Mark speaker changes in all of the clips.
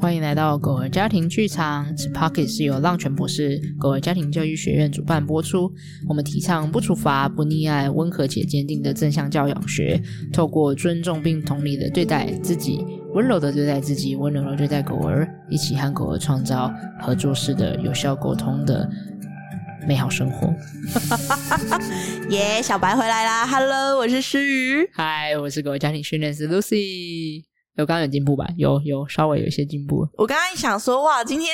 Speaker 1: 欢迎来到狗儿家庭剧场。此 Pocket 是由浪犬博士狗儿家庭教育学院主办播出。我们提倡不处罚、不溺爱、温和且坚定的正向教养学，透过尊重并同理的对待自己，温柔的对待自己，温柔的对待狗儿，一起和狗儿创造合作式的有效沟通 的美好生活。
Speaker 2: 耶小白回来啦！Hello，我是诗雨。
Speaker 1: 嗨，我是狗儿家庭训练师 Lucy。有刚刚有进步吧？有有，稍微有一些进步了。
Speaker 2: 我刚刚想说，哇，今天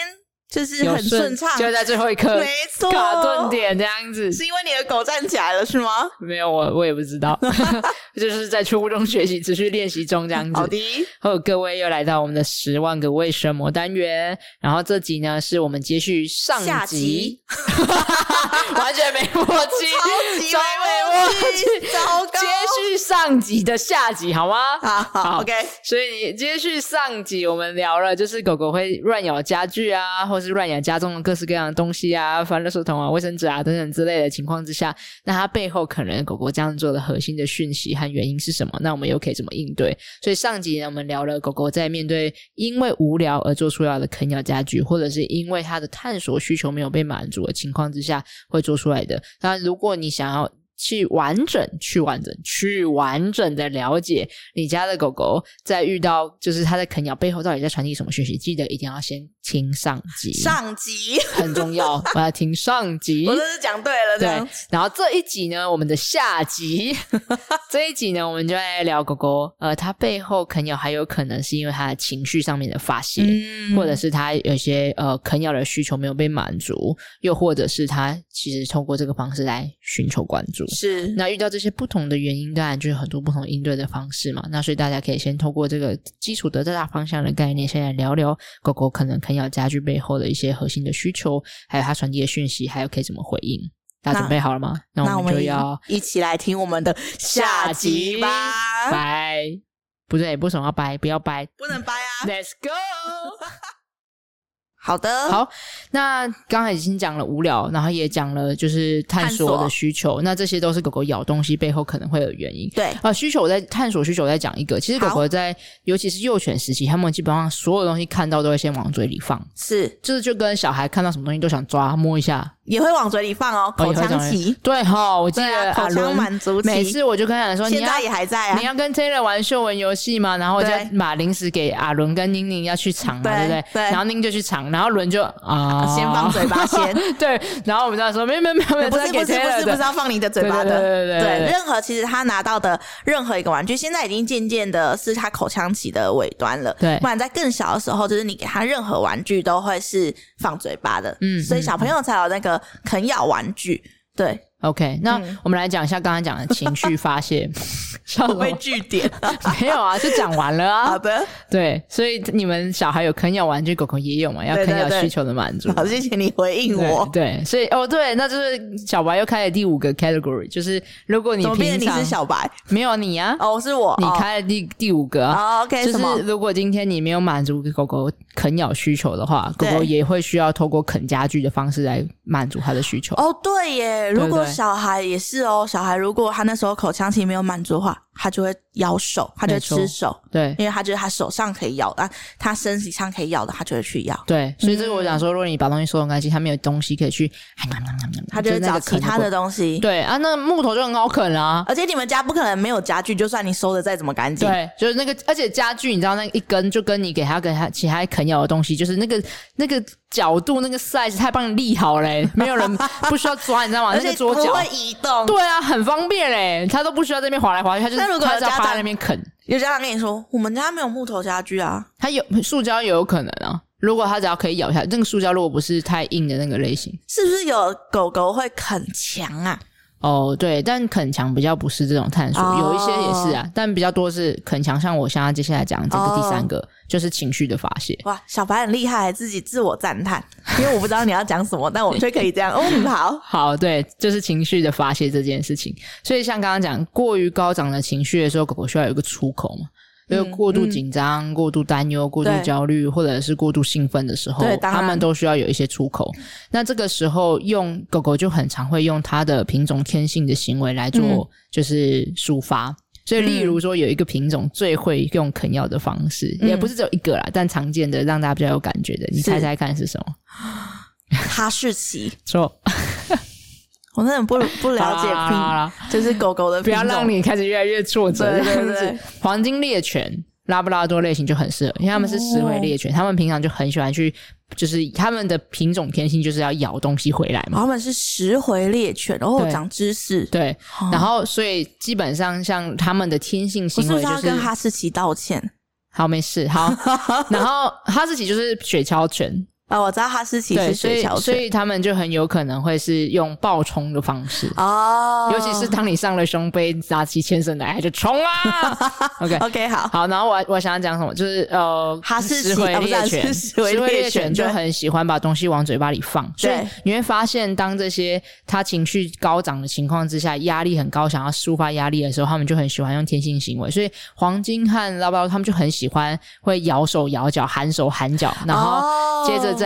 Speaker 2: 就是
Speaker 1: 有
Speaker 2: 很顺畅，
Speaker 1: 就在最后一刻，
Speaker 2: 没错，
Speaker 1: 卡顿点这样子。
Speaker 2: 是因为你的狗站起来了是吗？
Speaker 1: 没有，我我也不知 道， 就是在初中学习，持续练习中这样
Speaker 2: 好
Speaker 1: 子。
Speaker 2: 的，
Speaker 1: 好，各位又来到我们的十万个为什么单元，然后这集呢是我们接续上
Speaker 2: 下集
Speaker 1: 完全没默
Speaker 2: 超
Speaker 1: 契，
Speaker 2: 级
Speaker 1: 超没默
Speaker 2: 契，糟糕
Speaker 1: 接！续上集的下集好吗？
Speaker 2: 好好
Speaker 1: 好
Speaker 2: ，OK，
Speaker 1: 所以你接续上集，我们聊了，就是狗狗会乱咬家具啊，或是乱咬家中的各式各样的东西啊，翻垃圾桶啊、卫生纸啊等等之类的情况之下，那它背后可能狗狗这样做的核心的讯息和原因是什么？那我们又可以怎么应对？所以上集呢，我们聊了狗狗在面对因为无聊而做出来的啃咬家具，或者是因为它的探索需求没有被满足的情况之下会做出来的。当然，如果你想要去完整、去完整、去完整的了解你家的狗狗在遇到就是它在啃咬背后到底在传递什么讯息，记得一定要先听上集，
Speaker 2: 上集
Speaker 1: 很重 要，我要听上集。
Speaker 2: 我真是讲对了，这
Speaker 1: 对
Speaker 2: 样，
Speaker 1: 然后这一集呢，我们的下集， 这一集呢，我们就来聊狗狗，呃，它背后啃咬还有可能是因为它的情绪上面的发泄，
Speaker 2: 嗯
Speaker 1: 或者是它有些呃啃咬的需求没有被满足，又或者是它其实通过这个方式来寻求关注。
Speaker 2: 是
Speaker 1: 那遇到这些不同的原因，当然就有很多不同应对的方式嘛。那所以大家可以先透过这个基础的大方向的概念，先来聊聊狗狗可能啃咬家具背后的一些核心的需求，还有它传递的讯息，还有可以怎么回应。大家
Speaker 2: 那
Speaker 1: 准备好了吗？那
Speaker 2: 那
Speaker 1: 我
Speaker 2: 我
Speaker 1: 们
Speaker 2: 们
Speaker 1: 就要
Speaker 2: 一起来听我们的下集吧，
Speaker 1: 拜。不对，为什么要掰？不要掰。
Speaker 2: 不能掰啊！
Speaker 1: Let's go 。
Speaker 2: 好的，
Speaker 1: 好那刚才已经讲了无聊，然后也讲了就是探索
Speaker 2: 探
Speaker 1: 的
Speaker 2: 索
Speaker 1: 需求，那这些都是狗狗咬东西背后可能会有原因。
Speaker 2: 对，
Speaker 1: 啊，需求我在探索需求，我在讲一个。其实狗
Speaker 2: 好
Speaker 1: 狗在，尤其是幼犬时期，它们基本上所有东西看到都会先往嘴里放，
Speaker 2: 是
Speaker 1: 就是就跟小孩看到什么东西都想抓摸一下。
Speaker 2: 也会往嘴里放哦，
Speaker 1: 哦
Speaker 2: 口
Speaker 1: 也会
Speaker 2: 腔
Speaker 1: 这样
Speaker 2: 期，
Speaker 1: 对哈，我记
Speaker 2: 对
Speaker 1: 得
Speaker 2: 啊，口
Speaker 1: 阿
Speaker 2: 腔
Speaker 1: 伦
Speaker 2: 满足期，
Speaker 1: 每次我就跟他讲哦说，你
Speaker 2: 现
Speaker 1: 要
Speaker 2: 在也还在啊
Speaker 1: 你，要跟 Taylor 玩嗅闻游戏嘛，然后我就
Speaker 2: 对
Speaker 1: 把零食给阿伦跟宁宁要去尝嘛，对不
Speaker 2: 对
Speaker 1: 对？
Speaker 2: 对
Speaker 1: 然后宁就去尝，然后伦就啊，
Speaker 2: 先 放嘴巴先
Speaker 1: 对，然后我们就说没有没有没有没有，
Speaker 2: 不
Speaker 1: 这
Speaker 2: 是不
Speaker 1: 给
Speaker 2: 是不
Speaker 1: Taylor
Speaker 2: 是不
Speaker 1: 的
Speaker 2: 是要放你的嘴巴
Speaker 1: 对
Speaker 2: 的。
Speaker 1: 对对对对
Speaker 2: 任何其实他拿到的任何一个玩具，现在已经渐渐的是他口腔期的尾端了。
Speaker 1: 对
Speaker 2: 不然在更小的时候，就是你给他任何玩具都会是放嘴巴的。
Speaker 1: 嗯
Speaker 2: 所以小朋友才有那个啃咬玩具。 对，
Speaker 1: OK，那
Speaker 2: 嗯
Speaker 1: 我们来讲一下刚刚讲的情绪发 泄，笑什么
Speaker 2: 据点。
Speaker 1: 没有啊，就讲完了啊
Speaker 2: 好。 的，
Speaker 1: 对，所以你们小孩有啃咬玩具，狗狗也有嘛，要
Speaker 2: 对
Speaker 1: 啃
Speaker 2: 对
Speaker 1: 咬
Speaker 2: 对
Speaker 1: 需求的满足。
Speaker 2: 好，谢谢 你回应我。
Speaker 1: 对，对所以哦，对，那就是小白又开了第五个 category，就是如果你
Speaker 2: 怎么变
Speaker 1: 平
Speaker 2: 成你
Speaker 1: 常
Speaker 2: 是小白？
Speaker 1: 没有你啊，
Speaker 2: 哦，是我。
Speaker 1: 你
Speaker 2: 哦
Speaker 1: 开了第第五个啊。
Speaker 2: 哦，OK，
Speaker 1: 就
Speaker 2: 什么
Speaker 1: 是？如果今天你没有满足狗狗啃咬需求的话，狗
Speaker 2: 对
Speaker 1: 狗也会需要透过啃家具的方式来满足它的需求。
Speaker 2: 哦，对耶，
Speaker 1: 对
Speaker 2: 如果
Speaker 1: 对
Speaker 2: 小孩也是哦，小孩如果他那时候口腔期没有满足的话，他就会咬手，他就会
Speaker 1: 没错
Speaker 2: 吃手，
Speaker 1: 对，
Speaker 2: 因为他觉得他手上可以咬，但他身体上可以咬的，他就会去咬，
Speaker 1: 对，所以这个我
Speaker 2: 嗯
Speaker 1: 想说，如果你把东西收拢干净，它没有东西可以去，
Speaker 2: 他就会
Speaker 1: 嗯那
Speaker 2: 找
Speaker 1: 个
Speaker 2: 其
Speaker 1: 啃
Speaker 2: 他
Speaker 1: 过
Speaker 2: 的。东西。
Speaker 1: 对啊，那木头就很好啃啊。
Speaker 2: 而且你们家不可能没有家具，就算你收的再怎么干净，
Speaker 1: 对，就是那个，而且家具你知道那一根就跟你给它给它其他啃咬的东西，就是那个那个角度那个 size，它还帮你立好 嘞，没有人不需要抓，你知道吗？
Speaker 2: 而
Speaker 1: 那
Speaker 2: 且
Speaker 1: 个
Speaker 2: 不
Speaker 1: 桌角，
Speaker 2: 会移动。
Speaker 1: 对啊，很方便嘞，它都不需要这边划来划去，它就是
Speaker 2: 那如果
Speaker 1: 它只要
Speaker 2: 家长
Speaker 1: 趴在那边啃，
Speaker 2: 有家长跟你说，我们家没有木头家具啊，
Speaker 1: 它有塑胶也有可能啊。如果它只要可以咬下，那个塑胶如果不是太硬的那个类型，
Speaker 2: 是不是有狗狗会啃墙啊？
Speaker 1: 哦，对，但啃墙比较不是这种探索，
Speaker 2: 哦
Speaker 1: 有一些也是啊，但比较多是啃墙。像我现在接下来讲这个
Speaker 2: 哦
Speaker 1: 第三个，就是情绪的发泄。
Speaker 2: 哇，小白很厉害，自己自我赞叹，因为我不知道你要讲什么，但我却可以这样。嗯，好，
Speaker 1: 好，对，就是情绪的发泄这件事情。所以像刚刚讲，过于高涨的情绪的时候，狗狗需要有一个出口嘛。因为
Speaker 2: 嗯
Speaker 1: 过度
Speaker 2: 嗯
Speaker 1: 紧张、过度担忧、过度
Speaker 2: 对
Speaker 1: 焦虑，或者是过度兴奋的时候
Speaker 2: 对，当
Speaker 1: 它们
Speaker 2: 然
Speaker 1: 都需要有一些出口。那这个时候用，
Speaker 2: 嗯
Speaker 1: 狗狗就很常会用它的品种天性的行为来做，就是抒发。所以，例如说有一个品种最会用啃咬的方式，
Speaker 2: 嗯
Speaker 1: 也不是只有一个啦，但常见的让大家比较有感觉的，你
Speaker 2: 是
Speaker 1: 猜猜看是什么？
Speaker 2: 哈士奇，
Speaker 1: 错，
Speaker 2: 我真的 不不了解
Speaker 1: 好啦好啦好啦
Speaker 2: 品，就是狗狗的
Speaker 1: 不
Speaker 2: 品种，
Speaker 1: 要让你开始越来越挫折
Speaker 2: 对
Speaker 1: 这
Speaker 2: 对
Speaker 1: 样
Speaker 2: 对
Speaker 1: 子。黄金猎犬、拉布拉多类型就很适合，因为它们是食
Speaker 2: 哦
Speaker 1: 回猎犬，它们平常就很喜欢去，就是它们的品种天性就是要咬东西回来嘛。
Speaker 2: 哦他们是食回猎犬，然后
Speaker 1: 对
Speaker 2: 长知识。
Speaker 1: 对，
Speaker 2: 哦
Speaker 1: 然后所以基本上像它们的天性
Speaker 2: 我
Speaker 1: 行
Speaker 2: 是不
Speaker 1: 为
Speaker 2: 是
Speaker 1: 就
Speaker 2: 要
Speaker 1: 是
Speaker 2: 跟哈士奇道歉？
Speaker 1: 好没事好， 然后哈士奇就是雪橇犬，
Speaker 2: 啊，我知道哈士奇
Speaker 1: 对，
Speaker 2: 是
Speaker 1: 所
Speaker 2: 雪
Speaker 1: 以
Speaker 2: 橇
Speaker 1: 所
Speaker 2: 犬
Speaker 1: 以他们就很有可能会是用暴冲的方式。
Speaker 2: 哦，
Speaker 1: 尤其是当你上了胸杯，拿起牵绳来，他就冲 啊！OK，
Speaker 2: OK 好，
Speaker 1: 好，然后我我想要讲什么，就是呃，
Speaker 2: 哈士奇
Speaker 1: 食回
Speaker 2: 啊不是啊
Speaker 1: 猎犬，
Speaker 2: 是食回猎
Speaker 1: 猎
Speaker 2: 犬
Speaker 1: 就
Speaker 2: 对
Speaker 1: 很喜欢把东西往嘴巴里放，所以
Speaker 2: 对
Speaker 1: 你会发现，当这些他情绪高涨的情况之下，压力很高，想要抒发压力的时候，他们就很喜欢用天性行为，所以黄金和拉布拉多他们就很喜欢会咬手咬脚、含手含脚，然后
Speaker 2: 哦
Speaker 1: 接着再。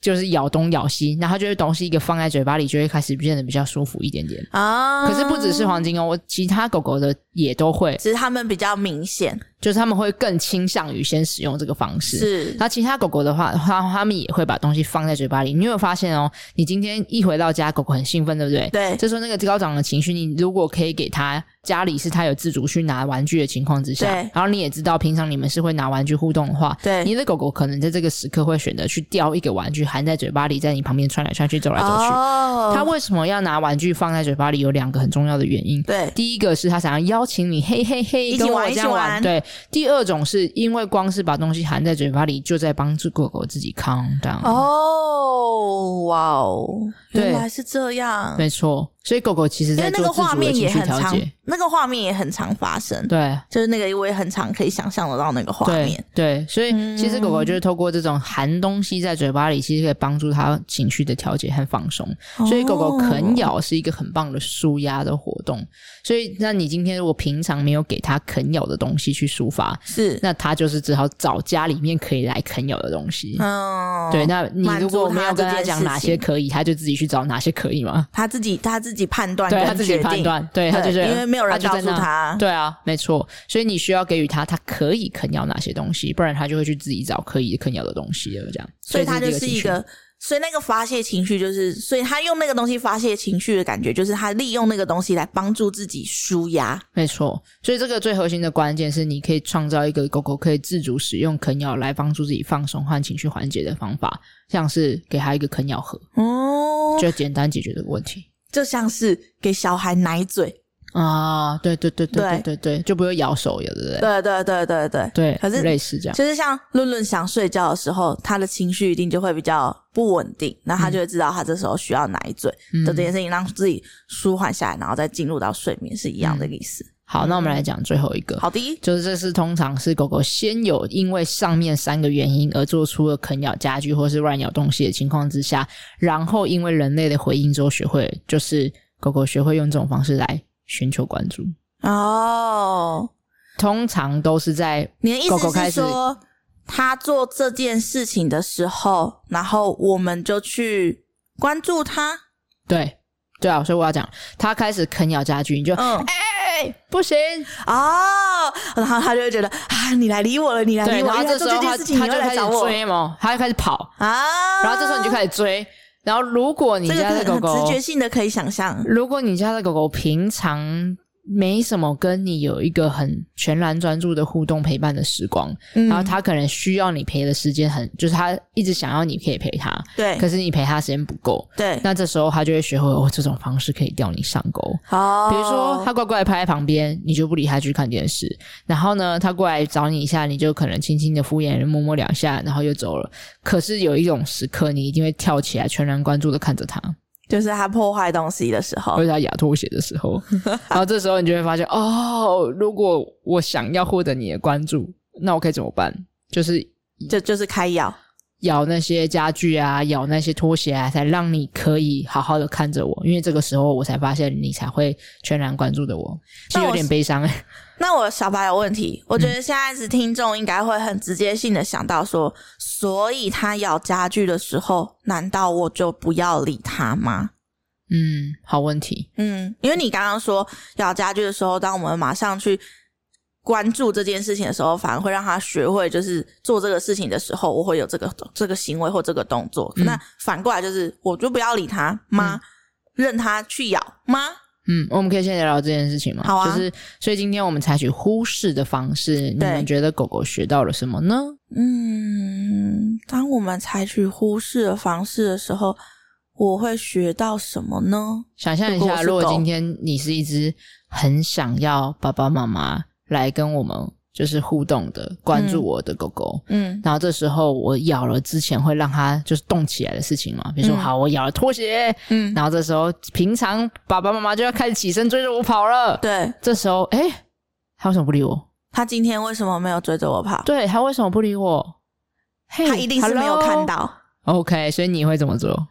Speaker 1: 就是咬东咬西，然后就是东西一个放在嘴巴里，就会开始变得比较舒服一点点。
Speaker 2: 啊，
Speaker 1: 可是不只是黄金哦，我其他狗狗的也都会，
Speaker 2: 只是他们比较明显
Speaker 1: 就是他们会更倾向于先使用这个方式。
Speaker 2: 是
Speaker 1: 那其他狗狗的话，它它们也会把东西放在嘴巴里。你有没有发现哦？你今天一回到家，狗狗很兴奋，对不对？
Speaker 2: 对
Speaker 1: 这时候那个高涨的情绪，你如果可以给它家里是它有自主去拿玩具的情况之下
Speaker 2: 对，
Speaker 1: 然后你也知道平常你们是会拿玩具互动的话，
Speaker 2: 对
Speaker 1: 你的狗狗可能在这个时刻会选择去叼一个玩具含在嘴巴里，在你旁边窜来窜去，走来走去。
Speaker 2: 哦，
Speaker 1: 它为什么要拿玩具放在嘴巴里？有两个很重要的原因。
Speaker 2: 对
Speaker 1: 第一个是他想要邀请你，嘿嘿嘿，
Speaker 2: 一起
Speaker 1: 跟我
Speaker 2: 玩
Speaker 1: 这样
Speaker 2: 一起
Speaker 1: 玩。
Speaker 2: 玩
Speaker 1: 对，第二种是因为光是把东西含在嘴巴里，就在帮助狗狗自己 calm down。
Speaker 2: 哦，哇哦，
Speaker 1: 对
Speaker 2: 原来是这样，
Speaker 1: 没错，所以狗狗其实
Speaker 2: 因
Speaker 1: 在
Speaker 2: 为那
Speaker 1: 做
Speaker 2: 个
Speaker 1: 自
Speaker 2: 画
Speaker 1: 主的
Speaker 2: 面
Speaker 1: 情
Speaker 2: 也
Speaker 1: 绪
Speaker 2: 很
Speaker 1: 调
Speaker 2: 常
Speaker 1: 节。，
Speaker 2: 那个画面也很常发生，
Speaker 1: 对。
Speaker 2: 就是那个我也很常可以想象得到那个画
Speaker 1: 对
Speaker 2: 面，嗯
Speaker 1: 对，所以其实狗狗就是透过这种含东西在嘴巴里，其实可以帮助它情绪的调节和放松。所以狗狗啃
Speaker 2: 哦
Speaker 1: 咬是一个很棒的舒压的活动。所以，那你今天如果平常没有给它啃咬的东西去抒发，
Speaker 2: 是，
Speaker 1: 那它就是只好找家里面可以来啃咬的东西。
Speaker 2: 嗯，
Speaker 1: 对，那你
Speaker 2: 满
Speaker 1: 如
Speaker 2: 足
Speaker 1: 果没
Speaker 2: 他
Speaker 1: 有
Speaker 2: 这
Speaker 1: 跟他
Speaker 2: 件
Speaker 1: 讲
Speaker 2: 事
Speaker 1: 哪些
Speaker 2: 情
Speaker 1: 可以，他就自己去找哪些可以吗？
Speaker 2: 他自己他自己判断，
Speaker 1: 对他自己判，断，对他
Speaker 2: 对
Speaker 1: 就是
Speaker 2: 因为没有人
Speaker 1: 就在
Speaker 2: 告诉
Speaker 1: 那
Speaker 2: 他
Speaker 1: 对啊，没错，所以你需要给予他他可以啃咬哪些东西，不然他就会去自己找可以啃咬的东西了。这样，
Speaker 2: 所以他
Speaker 1: 这
Speaker 2: 就是一
Speaker 1: 情绪
Speaker 2: 个。所以那个发泄情绪就是，所以他用那个东西发泄情绪的感觉，就是他利用那个东西来帮助自己舒压。
Speaker 1: 没错，所以这个最核心的关键是，你可以创造一个狗狗可以自主使用啃咬来帮助自己放松和情绪缓解的方法，像是给他一个啃咬盒，
Speaker 2: 哦，
Speaker 1: 就简单解决这个问题。
Speaker 2: 就像是给小孩奶嘴。
Speaker 1: 啊，对对对对
Speaker 2: 对
Speaker 1: 对对对，就不会咬手了，对不对？
Speaker 2: 对对对对对，
Speaker 1: 对，
Speaker 2: 可是
Speaker 1: 类似这样，
Speaker 2: 就是像论论想睡觉的时候，他的情绪一定就会比较不稳定，那他就会知道他这时候需要奶嘴。
Speaker 1: 嗯
Speaker 2: 就这件事情让自己舒缓下来，然后再进入到睡眠是一样的意思。
Speaker 1: 好，那我们来讲最后一个，
Speaker 2: 好的，
Speaker 1: 就是这是通常是狗狗先有因为上面三个原因而做出了啃咬家具或是乱咬东西的情况之下，然后因为人类的回应之后学会，就是狗狗学会用这种方式来寻求关注，
Speaker 2: 哦，
Speaker 1: 通常都是在
Speaker 2: 你的意
Speaker 1: 狗
Speaker 2: 思
Speaker 1: 狗开始
Speaker 2: 是说，他做这件事情的时候，然后我们就去关注他。
Speaker 1: 对对啊，所以我要讲，它开始啃咬家具，你就、哎
Speaker 2: 嗯，
Speaker 1: 不行，
Speaker 2: 哦，然后他就会觉得啊，你来理我了，你来
Speaker 1: 对，
Speaker 2: 理我
Speaker 1: 然
Speaker 2: 了，
Speaker 1: 后
Speaker 2: 因为
Speaker 1: 这
Speaker 2: 他
Speaker 1: 时
Speaker 2: 做
Speaker 1: 候它
Speaker 2: 这件事情你
Speaker 1: 它
Speaker 2: 又
Speaker 1: 就
Speaker 2: 来
Speaker 1: 开
Speaker 2: 找
Speaker 1: 始
Speaker 2: 我
Speaker 1: 追嘛，它就开始跑，
Speaker 2: 啊。
Speaker 1: 然后这时候你就开始追。然后，如果你
Speaker 2: 这个
Speaker 1: 家的
Speaker 2: 可
Speaker 1: 狗
Speaker 2: 能
Speaker 1: 狗，
Speaker 2: 直觉性的可以想象，
Speaker 1: 如果你家的狗狗平常没什么跟你有一个很全然专注的互动陪伴的时光，
Speaker 2: 嗯
Speaker 1: 然后它可能需要你陪的时间很，就是它一直想要你可以陪它，
Speaker 2: 对
Speaker 1: 可是你陪它时间不够，
Speaker 2: 对，
Speaker 1: 那这时候它就会学会哦，这种方式可以钓你上钩。
Speaker 2: 好，
Speaker 1: 比如
Speaker 2: 哦
Speaker 1: 说，它乖乖地趴在旁边，你就不理它去看电视。然后呢，它过来找你一下，你就可能轻轻的敷衍、摸摸两下，然后又走了。可是有一种时刻，你一定会跳起来，全然关注的看着它，
Speaker 2: 就是他破坏东西的时候
Speaker 1: 或，者它牙拖鞋的时 候。然后这时候你就会发现，哦，如果我想要获得你的关注，那我可以怎么办？就是
Speaker 2: 就就是开咬。
Speaker 1: 咬那些家具啊，咬那些拖鞋啊，才让你可以好好的看着我。因为这个时候，我才发现你才会全然关注的我，其实
Speaker 2: 那我
Speaker 1: 有点悲伤、
Speaker 2: 那我小白有问题，我觉
Speaker 1: 嗯
Speaker 2: 得现在子听众应该会很直接性的想到说，所以他咬家具的时候，难道我就不要理他吗？
Speaker 1: 嗯，好问题。
Speaker 2: 嗯，因为你刚刚说咬家具的时候，当我们马上去关注这件事情的时候，反而会让他学会，就是做这个事情的时候，我会有这个这个行为或这个动作。
Speaker 1: 嗯
Speaker 2: 那反过来就是，我就不要理他妈，任他去咬妈。
Speaker 1: 嗯，我们可以先聊聊这件事情吗？
Speaker 2: 好啊
Speaker 1: 就是所以今天我们采取忽视的方式，你
Speaker 2: 对
Speaker 1: 们觉得狗狗学到了什么呢？
Speaker 2: 嗯，当我们采取忽视的方式的时候，我会学到什么呢？
Speaker 1: 想象一
Speaker 2: 如果我
Speaker 1: 下，
Speaker 2: 是
Speaker 1: 如果
Speaker 2: 狗
Speaker 1: 今天你是一只很想要爸爸妈妈来跟我们就是互动的、关注
Speaker 2: 嗯
Speaker 1: 我的狗狗，
Speaker 2: 嗯
Speaker 1: 然后这时候我咬了之前会让它就是动起来的事情嘛，比如说、
Speaker 2: 嗯
Speaker 1: 好，我咬了拖鞋，
Speaker 2: 嗯，
Speaker 1: 然后这时候平常爸爸妈妈就要开始起身追着我跑了，，
Speaker 2: 对
Speaker 1: 这时候哎，他为什么不理我？
Speaker 2: 他今天为什么没有追着我跑？
Speaker 1: 对他为什么不理我？嘿
Speaker 2: 他一定是没有看。到。
Speaker 1: hello OK，所以你会怎么做？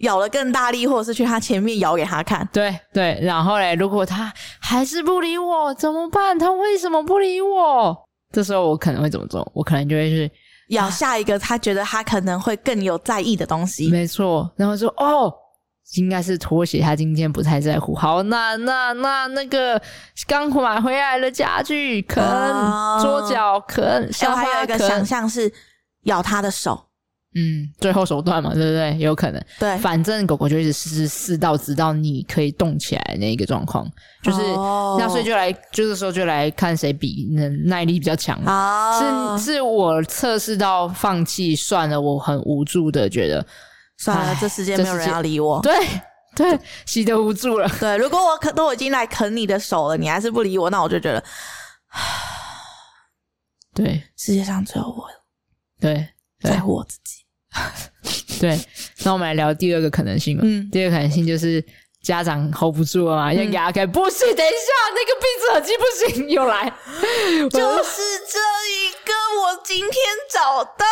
Speaker 2: 咬了更大力，或者是去他前面咬给他看。
Speaker 1: 对对，然后嘞，如果他还是不理我，怎么办？他为什么不理我？这时候我可能会怎么做？我可能就会去，
Speaker 2: 咬下一个他觉得他可能会更有在意的东西。
Speaker 1: 没错，然后说哦，应该是拖鞋，他今天不太在乎。好，那那那那个刚买回来的家具啃、
Speaker 2: 哦
Speaker 1: 桌角啃、
Speaker 2: 哎，
Speaker 1: 沙
Speaker 2: 我还有
Speaker 1: 发
Speaker 2: 一个想
Speaker 1: 啃，
Speaker 2: 象是咬他的手，
Speaker 1: 嗯，最后手段嘛，对不对？有可能。
Speaker 2: 对，
Speaker 1: 反正狗狗就一直试试到直到你可以动起来那一个状况，就是、
Speaker 2: 哦
Speaker 1: 那所以就来，就是说就来看谁比能耐力比较强。
Speaker 2: 哦，
Speaker 1: 是是我测试到放弃算了，我很无助的觉得，
Speaker 2: 哦算了
Speaker 1: 哎，
Speaker 2: 这世界没
Speaker 1: 这
Speaker 2: 有
Speaker 1: 世
Speaker 2: 人
Speaker 1: 界
Speaker 2: 要理我。
Speaker 1: 对对，喜得无助了。
Speaker 2: 对，如果我可都已经来啃你的手了，你还是不理我，那我就觉得
Speaker 1: 对
Speaker 2: 世界上只有我
Speaker 1: 对对
Speaker 2: 在乎我自己。
Speaker 1: 对，那我们来聊第二个可能性吧。
Speaker 2: 嗯
Speaker 1: 第二个可能性就是家长 hold 不住了嘛，要给他开，不是，等一下，那个闭着耳机不行，又来，
Speaker 2: 就是这一个，我今天找到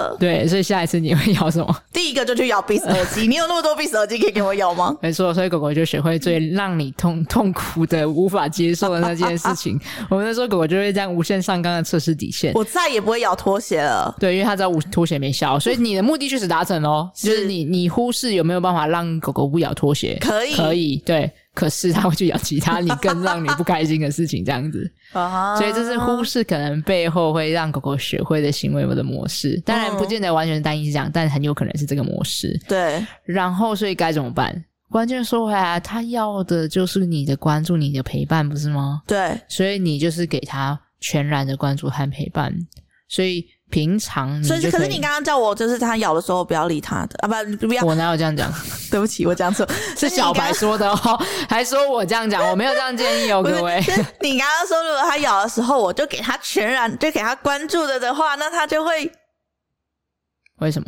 Speaker 2: 了。
Speaker 1: 对，所以下一次你会咬什么？
Speaker 2: 第一个就去咬 Beats 耳机，你有那么多 Beats 耳机可以给我咬吗？
Speaker 1: 没错，所以狗狗就学会最让你痛痛苦的、无法接受的那件事 情。我们那时候狗狗就会这样无限上纲的测试底线。
Speaker 2: 我再也不会咬拖鞋了。
Speaker 1: 对，因为它知道无拖鞋没效，所以你的目的确实达成哦。就是
Speaker 2: 是
Speaker 1: 你你忽视有没有办法让狗狗不咬拖鞋，
Speaker 2: 可以
Speaker 1: 可以对，可是它会去咬其他你更让你不开心的事情，这样子。
Speaker 2: 啊
Speaker 1: 所以这是忽视可能背后会让狗狗学会的行为的模式。当然，
Speaker 2: 嗯
Speaker 1: 不见得完全单一是这样，但很有可能是这个模式。
Speaker 2: 对，
Speaker 1: 然后，所以该怎么办？关键说回来，他要的就是你的关注、你的陪伴，不是吗？
Speaker 2: 对，
Speaker 1: 所以你就是给他全然的关注和陪伴。所以平常你
Speaker 2: 所
Speaker 1: 嗯就
Speaker 2: 以
Speaker 1: 以
Speaker 2: 可是你刚刚叫我，就是它咬的时候不要理它的啊，不不要，
Speaker 1: 我哪有这样讲？
Speaker 2: 对不起，我讲错，
Speaker 1: 是小白说的哦， 还说我这样讲，我没有这样建议哦，
Speaker 2: 不是
Speaker 1: 各位。
Speaker 2: 就是你刚刚说，如果它咬的时候，我就给它全然就给它关注的的话，那它就会
Speaker 1: 为什么？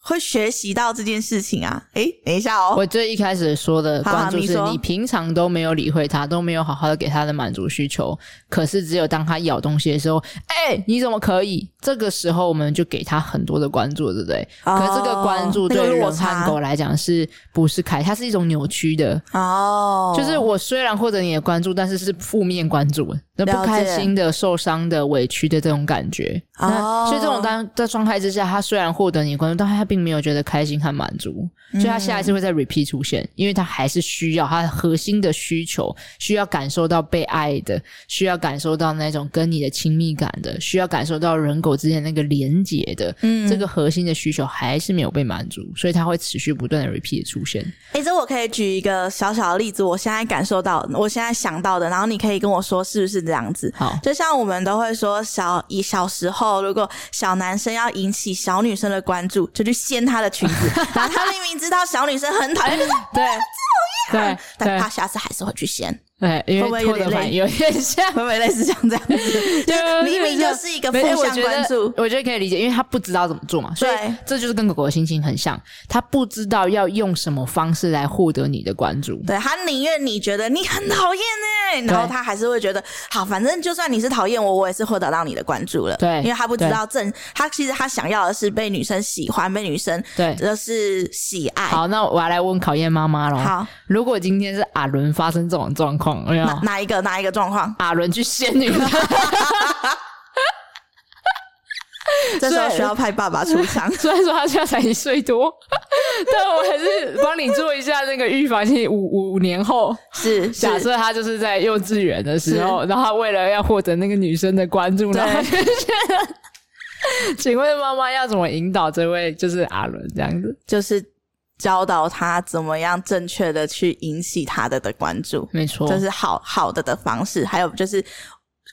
Speaker 2: 会学习到这件事情啊。诶，等一下哦，
Speaker 1: 我最一开始说的
Speaker 2: 好好
Speaker 1: 关注
Speaker 2: 你
Speaker 1: 是
Speaker 2: 说
Speaker 1: 你平常都没有理会他，都没有好好的给他的满足需求。可是只有当他咬东西的时候，哎、你怎么可以？这个时候我们就给他很多的关注，对不对？
Speaker 2: 哦
Speaker 1: 可是这个关注
Speaker 2: 那个
Speaker 1: 对
Speaker 2: 落
Speaker 1: 人
Speaker 2: 差
Speaker 1: 和狗来讲是不是开？它是一种扭曲的，
Speaker 2: 哦，
Speaker 1: 就是我虽然获得你的关注，但是是负面关注，那
Speaker 2: 了
Speaker 1: 不
Speaker 2: 解
Speaker 1: 开心的、受伤的、委屈的这种感觉。那
Speaker 2: 哦
Speaker 1: 所以这种当在状态之下，他虽然获得你的关注，但他并没有觉得开心和满足，
Speaker 2: 嗯
Speaker 1: 所以他下一次会再 repeat 出现，因为他还是需要他核心的需求，需要感受到被爱的，需要感受到那种跟你的亲密感的，需要感受到人狗之间那个连结的。
Speaker 2: 嗯
Speaker 1: 这个核心的需求还是没有被满足，所以它会持续不断的 repeat 出现。
Speaker 2: 诶，这我可以举一个小小的例子，我现在感受到，我现在想到的，然后你可以跟我说是不是这样子。
Speaker 1: 好，
Speaker 2: 就像我们都会说小，以小时候如果小男生要引起小女生的关注，就去掀她的 裙子，然后他明明知道小女生很讨厌，就是
Speaker 1: 对，对
Speaker 2: 但
Speaker 1: 对
Speaker 2: 他下次还是会去掀，
Speaker 1: 对，哎因
Speaker 2: 会不会
Speaker 1: 为
Speaker 2: 有
Speaker 1: 拖
Speaker 2: 点
Speaker 1: 的反
Speaker 2: 累
Speaker 1: 应有点像。
Speaker 2: 会不会类似像这 样子？ 就是明明就是一个负
Speaker 1: 没有哎我
Speaker 2: 向
Speaker 1: 觉
Speaker 2: 关注
Speaker 1: 得，我觉得可以理解，因为他不知道怎么做嘛，所以
Speaker 2: 对
Speaker 1: 这就是跟狗狗的心情很像，他不知道要用什么方式来获得你的关注。
Speaker 2: 对他宁愿你觉得你很讨厌哎，然后他还是会觉得好，反正就算你是讨厌我，我也是会得到你的关注了。
Speaker 1: 对
Speaker 2: 因为他不知
Speaker 1: 对
Speaker 2: 道正，他其实他想要的是被女生喜欢，被女生
Speaker 1: 对
Speaker 2: 就是喜爱。
Speaker 1: 好，那我要来问考验妈妈喽。
Speaker 2: 好，
Speaker 1: 如果今天是阿伦发生这种状况， 有没有
Speaker 2: 哪哪一个 哪一个状况？
Speaker 1: 阿伦去仙女。
Speaker 2: 这时候需要派爸爸出场。
Speaker 1: 虽然说他现在才一岁多，但我还是帮你做一下那个预防性。五五年后，
Speaker 2: 是
Speaker 1: 假
Speaker 2: 是
Speaker 1: 设他 就是在幼稚园的时候，然后他为了要获得那个女生的关注，
Speaker 2: 对
Speaker 1: 然后他就觉得， 请问妈妈要怎么引导这位就是阿伦这样子？
Speaker 2: 就是教导他怎么样正确的去引起他的的关注，
Speaker 1: 没错
Speaker 2: 这是好好的的方式。还有就是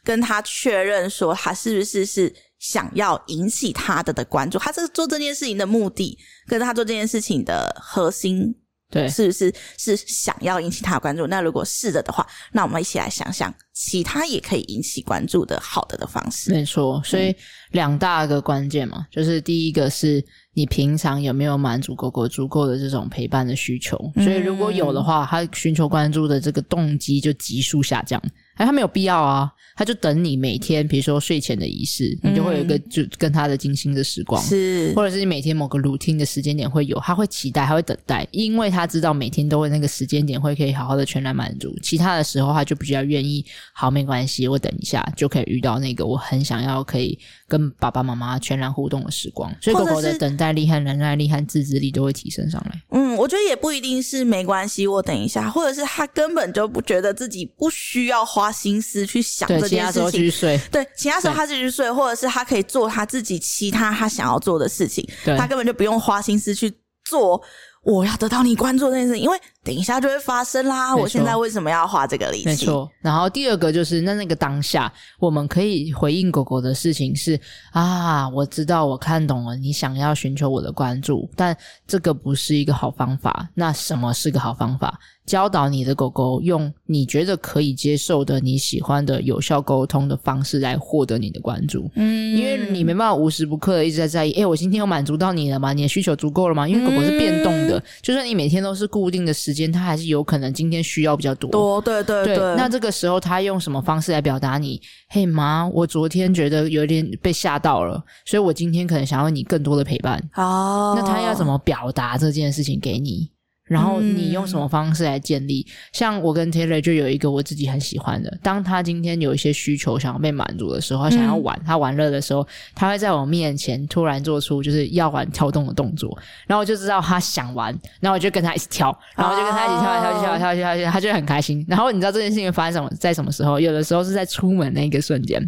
Speaker 2: 跟他确认说他是不是是想要引起他的的关注，他这做这件事情的目的，跟他做这件事情的核心
Speaker 1: 对，
Speaker 2: 是不是是想要引起他的关注？那如果是的的话，那我们一起来想想其他也可以引起关注的好的的方式。
Speaker 1: 没错。所以两大个关键嘛，就是第一个是你平常有没有满足狗狗足够的这种陪伴的需求，所以如果有的话，它寻求关注的这个动机就急速下降。哎，它没有必要啊，它就等你每天，比如说睡前的仪式，你就会有一个就跟它的精心的时光。
Speaker 2: 是
Speaker 1: 或者是你每天某个 routine 的时间点会有，他会期待，他会等待，因为他知道每天都会那个时间点会可以好好的全然满足。其他的时候，他就比较愿意，好，没关系，我等一下就可以遇到那个我很想要可以跟爸爸妈妈全然互动的时光。所以
Speaker 2: 或
Speaker 1: 狗
Speaker 2: 者
Speaker 1: 狗的
Speaker 2: 是
Speaker 1: 等待力和忍耐力和自制力都会提升上来。
Speaker 2: 嗯，我觉得也不一定是没关系，我等一下，或者是他根本就不觉得自己不需要花心思去想
Speaker 1: 对，
Speaker 2: 这
Speaker 1: 其
Speaker 2: 件
Speaker 1: 他时候
Speaker 2: 事
Speaker 1: 继续
Speaker 2: 情。
Speaker 1: 睡。
Speaker 2: 对，其他时候
Speaker 1: 对
Speaker 2: 他自己去睡，或者是他可以做他自己其他他想要做的事情，
Speaker 1: 对
Speaker 2: 他根本就不用花心思去做我要得到你关注这件事情，因为等一下就会发生啦。
Speaker 1: 没错
Speaker 2: 我现在为什么要花这个力气？
Speaker 1: 没错，然后第二个就是那那个当下，我们可以回应狗狗的事情是啊，我知道我看懂了，你想要寻求我的关注，但这个不是一个好方法。那什么是个好方法？教导你的狗狗用你觉得可以接受的、你喜欢的、有效沟通的方式来获得你的关注。
Speaker 2: 嗯
Speaker 1: 因为你没办法无时无刻的一直在在意，哎、我今天有满足到你了吗？你的需求足够了吗？因为狗狗是变动的，就算你每天都是固定的时间，它还是有可能今天需要比较
Speaker 2: 多，对对
Speaker 1: 对，那这个时候他用什么方式来表达你？嘿妈，我昨天觉得有点被吓到了，所以我今天可能想要你更多的陪伴。
Speaker 2: 哦，
Speaker 1: 那他要怎
Speaker 2: 么？
Speaker 1: 么表达这件事情给你？然后你用什么方式来建立？像我跟 Taylor 就有一个我自己很喜欢的，当他今天有一些需求想要被满足的时候，他想要玩，他玩乐的时候，他会在我面前突然做出就是要玩跳动的动作，然后我就知道他想玩，然后我就跟他一起跳，然后我就跟他一起跳来跳去跳来跳去跳来跳去，他就会很开心。然后你知道这件事情发生什么在什么时候？有的时候是在出门那个瞬间，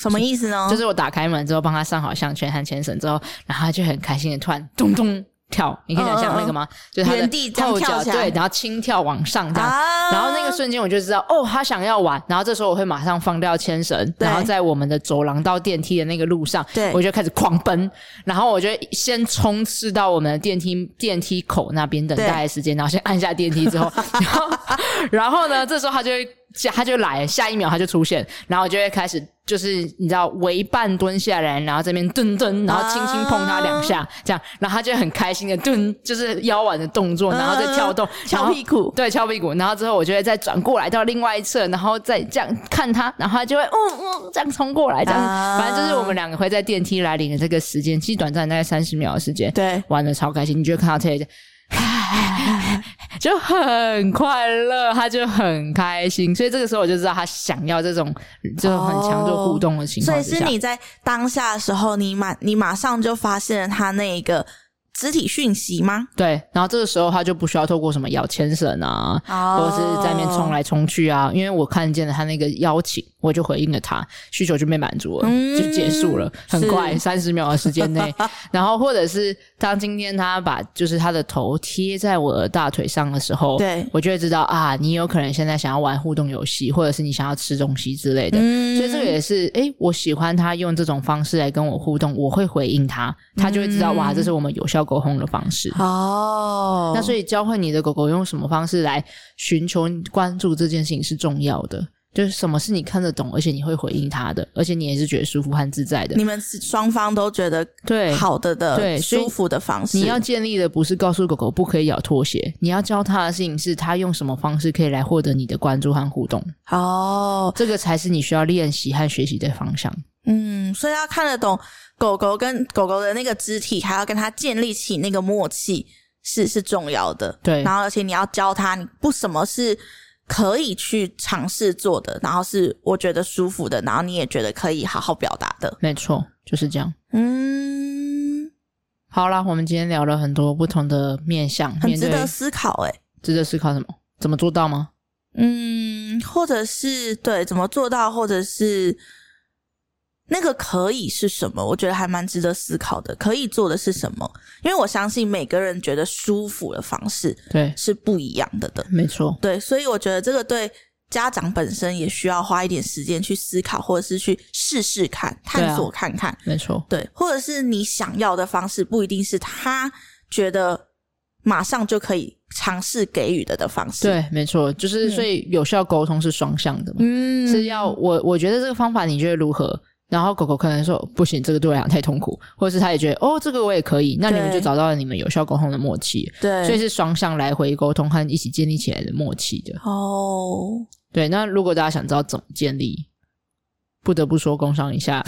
Speaker 2: 什么意思呢？
Speaker 1: 就是我打开门之后帮他上好项圈和牵绳之后，然后他就很开心的突然咚咚跳，你可以想象那个吗？就是他
Speaker 2: 嗯原地这
Speaker 1: 的
Speaker 2: 样
Speaker 1: 后
Speaker 2: 跳
Speaker 1: 脚
Speaker 2: 起来
Speaker 1: 对，然后轻跳往上这样。
Speaker 2: 啊
Speaker 1: 然后那个瞬间我就知道，哦，他想要玩。然后这时候我会马上放掉牵绳，
Speaker 2: 对
Speaker 1: 然后在我们的走廊到电梯的那个路上，
Speaker 2: 对
Speaker 1: 我就开始狂奔。然后我就先冲刺到我们的电梯电梯口那边等
Speaker 2: 对
Speaker 1: 待的时间，然后先按下电梯 之后，然后然后呢，这时候他就会他就来，下一秒他就出现，然后我就会开始。就是你知道，围半蹲下来，然后这边蹲蹲，然后轻轻碰他两
Speaker 2: 啊
Speaker 1: 下，这样，然后他就很开心的蹲，就是腰腕的动作，然后再跳动，然后
Speaker 2: 翘啊屁股，
Speaker 1: 对，翘屁股，然后之后我就会再转过来到另外一侧，然后再这样看他，然后他就会嗯嗯这样冲过来，这样，
Speaker 2: 啊
Speaker 1: 反正就是我们两个会在电梯来临的这个时间，其实短暂大概三十秒的时间，
Speaker 2: 对
Speaker 1: 玩的超开心，你就会看到 t a y 就很快乐，他就很开心，所以这个时候我就知道他想要这种就很强做互动的情
Speaker 2: 哦所
Speaker 1: 况
Speaker 2: 以
Speaker 1: 之下，
Speaker 2: 是你在当下的时候，你马你马上就发现了他那一个肢体讯息吗？
Speaker 1: 对，然后这个时候他就不需要透过什么摇牵绳啊，
Speaker 2: 哦
Speaker 1: 或者是在那边冲来冲去啊，因为我看见了他那个邀请，我就回应了他，需求就被满足了，
Speaker 2: 嗯
Speaker 1: 就结束了，很
Speaker 2: 是
Speaker 1: 快，三十秒的时间 内。然后或者是当今天他把就是他的头贴在我的大腿上的时候，
Speaker 2: 对
Speaker 1: 我就会知道啊，你有可能现在想要玩互动游戏，或者是你想要吃东西之类的。
Speaker 2: 嗯
Speaker 1: 所以这个也是，诶，我喜欢他用这种方式来跟我互动，我会回应他，他就会知道、
Speaker 2: 嗯
Speaker 1: 哇，这是我们有效沟通的方式。
Speaker 2: 哦
Speaker 1: 那所
Speaker 2: 以
Speaker 1: 以教会你的狗狗用什么方式来寻求关注这件事情是重要的，就是什么是你看得懂，而且你会回应它的，而且你也是觉得舒服和自在的
Speaker 2: 你。们是双方都觉得
Speaker 1: 对，
Speaker 2: 好的的
Speaker 1: 对所以
Speaker 2: 舒服的方式，
Speaker 1: 你要建立的不是告诉狗狗不可以咬拖鞋，你要教它的事情是它用什么方式可以来获得你的关注和互动，
Speaker 2: 哦，
Speaker 1: 这个才是你需要练习和学习的方向。
Speaker 2: 嗯，所以要看得懂狗狗跟狗狗的那个肢体，还要跟它建立起那个默契，是是重要的。
Speaker 1: 对
Speaker 2: 然后而且你要教它，你不什么是可以去尝试做的，然后是我觉得舒服的，然后你也觉得可以好好表达的。
Speaker 1: 没错，就是这样。
Speaker 2: 嗯，
Speaker 1: 好啦，我们今天聊了很多不同的面向，
Speaker 2: 很
Speaker 1: 面
Speaker 2: 值
Speaker 1: 对
Speaker 2: 得思考哎、
Speaker 1: 值得思考什么，怎么做到吗？
Speaker 2: 嗯，或者是对怎么做到，或者是那个可以是什么？我觉得还蛮值得思考的。可以做的是什么？因为我相信每个人觉得舒服的方式
Speaker 1: 对，
Speaker 2: 是不一样的的。
Speaker 1: 没错，
Speaker 2: 对，所以我觉得这个对家长本身也需要花一点时间去思考，或者是去试试看、
Speaker 1: 对
Speaker 2: 探
Speaker 1: 啊
Speaker 2: 索看看。
Speaker 1: 没错，
Speaker 2: 对，或者是你想要的方式，不一定是他觉得马上就可以尝试给予的的方式。，
Speaker 1: 对，没错，就是
Speaker 2: 嗯
Speaker 1: 所以有效沟通是双向的嘛，
Speaker 2: 嗯
Speaker 1: 是要我我觉得这个方法你觉得如何？然后狗狗可能说不行，这个对我来讲太痛苦，或者是他也觉得哦，这个我也可以，那你们
Speaker 2: 对
Speaker 1: 就找到了你们有效沟通的默契，
Speaker 2: 对，
Speaker 1: 所以是双向来回沟通和一起建立起来的默契的。
Speaker 2: 哦，
Speaker 1: 对，那如果大家想知道怎么建立，不得不说工商一下，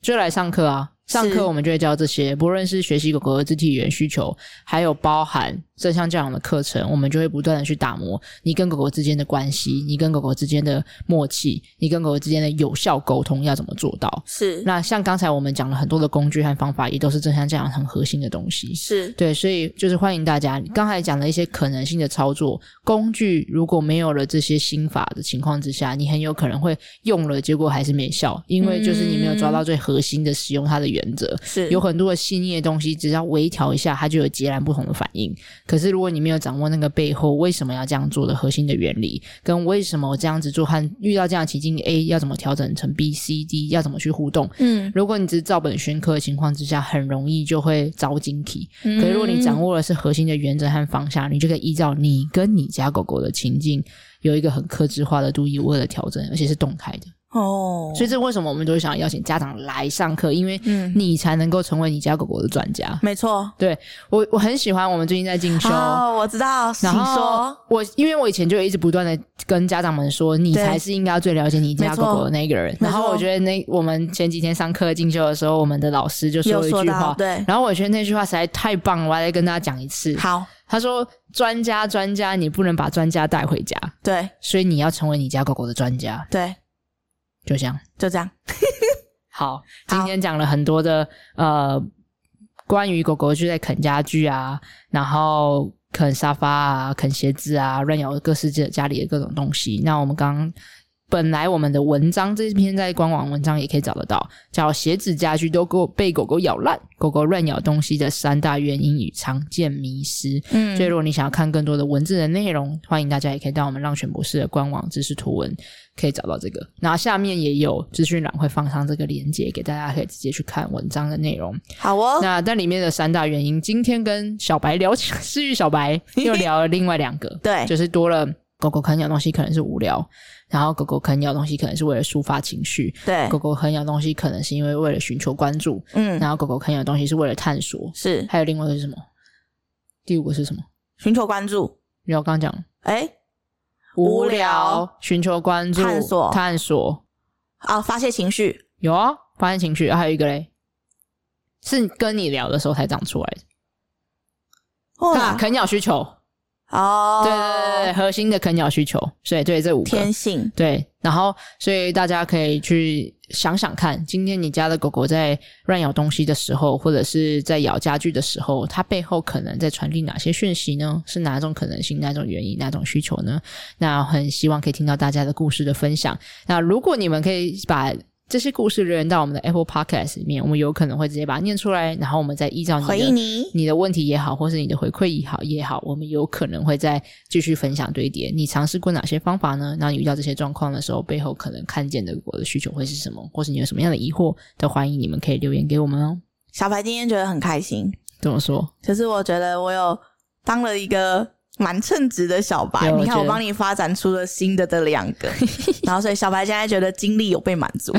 Speaker 1: 就来上课啊！上
Speaker 2: 是
Speaker 1: 课我们就会教这些，不论是学习狗狗的肢体语言需求，还有包含正向教养的课程，我们就会不断的去打磨你跟狗狗之间的关系，你跟狗狗之间的默契，你跟狗狗之间的有效沟通要怎么做到。
Speaker 2: 是
Speaker 1: 那像刚才我们讲了很多的工具和方法，也都是正向教养很核心的东西。
Speaker 2: 是，
Speaker 1: 对，所以就是欢迎大家。刚才讲了一些可能性的操作工具，如果没有了这些心法的情况之下，你很有可能会用了，结果还是没效，因为就是你没有抓到最核心的使用它的原则。
Speaker 2: 是
Speaker 1: 有很多的细腻的东西，只要微调一下，它就有截然不同的反应。可是如果你没有掌握那个背后为什么要这样做的核心的原理，跟为什么我这样子做和遇到这样的情境 A 要怎么调整成 B、C、D，要怎么去互动，
Speaker 2: 嗯，
Speaker 1: 如果你只是照本宣科的情况之下，很容易就会遭惊体。
Speaker 2: 可
Speaker 1: 可是如果你掌
Speaker 2: 握
Speaker 1: 握的是核心的原则和方向，你就可以依照你跟你家狗狗的情境，有一个很克制化的独一无二的调整，而且是动态的。
Speaker 2: 哦，
Speaker 1: 所以这是为什么我们都会想要邀请家长来上课，因为
Speaker 2: 嗯
Speaker 1: 你才能够成为你家狗狗的专家。
Speaker 2: 没错，
Speaker 1: 我我很喜欢我们最近在进修。
Speaker 2: 哦，我知道，请
Speaker 1: 然后
Speaker 2: 说，
Speaker 1: 我，因为我以前就一直不断的跟家长们说，你
Speaker 2: 对
Speaker 1: 才是应该最了解你家
Speaker 2: 没错
Speaker 1: 狗狗的那个人。
Speaker 2: 没
Speaker 1: 然后
Speaker 2: 错
Speaker 1: 我觉得那我们前几天上课进修的时候，我们的老师就说
Speaker 2: 有
Speaker 1: 了一
Speaker 2: 说
Speaker 1: 句
Speaker 2: 到
Speaker 1: 话，
Speaker 2: 对，
Speaker 1: 然后我觉得那句话实在太棒了，我要再跟大家讲一次。
Speaker 2: 好，
Speaker 1: 他说：“专家，专家，你不能把专家带回家，
Speaker 2: 对
Speaker 1: 所以你要成为你家狗狗的专家。
Speaker 2: 对，”
Speaker 1: 就这样。
Speaker 2: 就这样，
Speaker 1: 好，
Speaker 2: 好
Speaker 1: 今天讲了很多的呃，关于狗狗就在啃家具啊，然后啃沙发啊，啃鞋子啊，乱咬各式家里的各种东西。那我们刚刚本来我们的文章这篇在官网文章也可以找得到，叫《鞋子家具都狗被狗狗咬烂，狗狗乱咬东西的三大原因与常见迷失》。
Speaker 2: 嗯
Speaker 1: 所以，如果你想要看更多的文字的内容，欢迎大家也可以到我们浪犬博士的官网知识图文可以找到这个。然后下面也有资讯栏会放上这个链接，给大家可以直接去看文章的内容。
Speaker 2: 好哦，
Speaker 1: 那但里面的三大原因，今天跟小白聊起，私域小白又聊了另外两个，
Speaker 2: 对
Speaker 1: 就是多了狗狗啃咬东西可能是无聊，然后狗狗啃咬东西可能是为了抒发情绪，
Speaker 2: 对
Speaker 1: 狗，狗啃咬东西可能是因为为了寻求关注，
Speaker 2: 嗯，
Speaker 1: 然后狗狗啃咬东西是为了探索，
Speaker 2: 是
Speaker 1: 还有另外一个是什么？第五个是什么？
Speaker 2: 寻求关注，
Speaker 1: 然后刚刚讲了
Speaker 2: 哎，
Speaker 1: 无
Speaker 2: 无聊
Speaker 1: 聊、寻求关注、
Speaker 2: 探索
Speaker 1: 探索，
Speaker 2: 啊，发泄情绪，
Speaker 1: 有啊，发现情绪，还有一个嘞，是跟你聊的时候才长出来的，啊
Speaker 2: 哇，
Speaker 1: 啃咬需求，
Speaker 2: 哦，
Speaker 1: 对对对对，核心的啃咬需求，所以对这五个
Speaker 2: 天，性，
Speaker 1: 对，然后所以大家可以去想想看，今天你家的狗狗在乱咬东西的时候，或者是在咬家具的时候，它背后可能在传递哪些讯息呢？是哪种可能性、哪种原因、哪种需求呢？那很希望可以听到大家的故事的分享。那如果你们可以把这些故事留言到我们的 Apple Podcast 里面，我们有可能会直接把它念出来，然后我们再依照你的
Speaker 2: 回应你，
Speaker 1: 你的问题也好，或是你的回馈也好也好，我们有可能会再继续分享堆叠。你尝试过哪些方法呢？那你遇到这些状况的时候，背后可能看见的我的需求会是什么，或是你有什么样的疑惑，都欢迎你们可以留言给我们哦。
Speaker 2: 小白今天觉得很开心，
Speaker 1: 怎么说？
Speaker 2: 可是我觉得我有当了一个蛮称职的小白，
Speaker 1: 有
Speaker 2: 你看
Speaker 1: 我觉
Speaker 2: 我
Speaker 1: 得
Speaker 2: 帮你发展出了新的的两 个，然后所以小白现在觉得精力有被满足。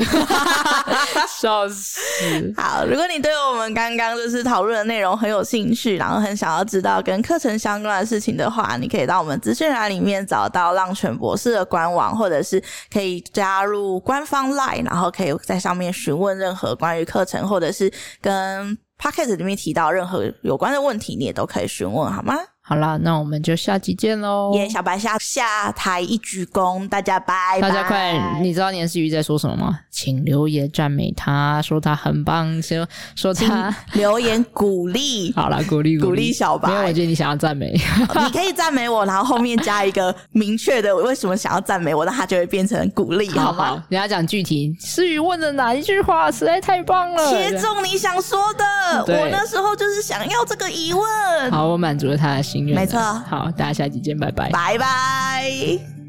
Speaker 1: 笑死！
Speaker 2: 好，如果你对我们刚刚就是讨论的内容很有兴趣，然后很想要知道跟课程相关的事情的话，你可以到我们资讯栏里面找到浪犬博士的官网，或者是可以加入官方 LINE，然后可以在上面询问任何关于课程或者是跟 Podcast 里面提到任何有关的问题，你也都可以询问，好吗？
Speaker 1: 好啦，那我们就下集见喽。
Speaker 2: 耶、小白下下台一鞠躬，大家拜拜，
Speaker 1: 大家快！你知道年思瑜在说什么吗？请留言赞美他，说他很棒，说说
Speaker 2: 请
Speaker 1: 他
Speaker 2: 留言鼓励，
Speaker 1: 好啦，鼓励
Speaker 2: 鼓
Speaker 1: 励
Speaker 2: 励小白
Speaker 1: 没有，我觉得你想要赞美，
Speaker 2: 你可以赞美我，然后后面加一个明确的为什么想要赞美我，那它就会变成鼓励，
Speaker 1: 好
Speaker 2: 好吗？？
Speaker 1: 你要讲具体，思瑜问的哪一句话实在太棒了。
Speaker 2: 切中你想说的，
Speaker 1: 对
Speaker 2: 我那时候就是想要这个疑问，
Speaker 1: 好，我满足了他的心愿了。
Speaker 2: 没错
Speaker 1: 好，大家下集见，拜拜。
Speaker 2: 拜拜。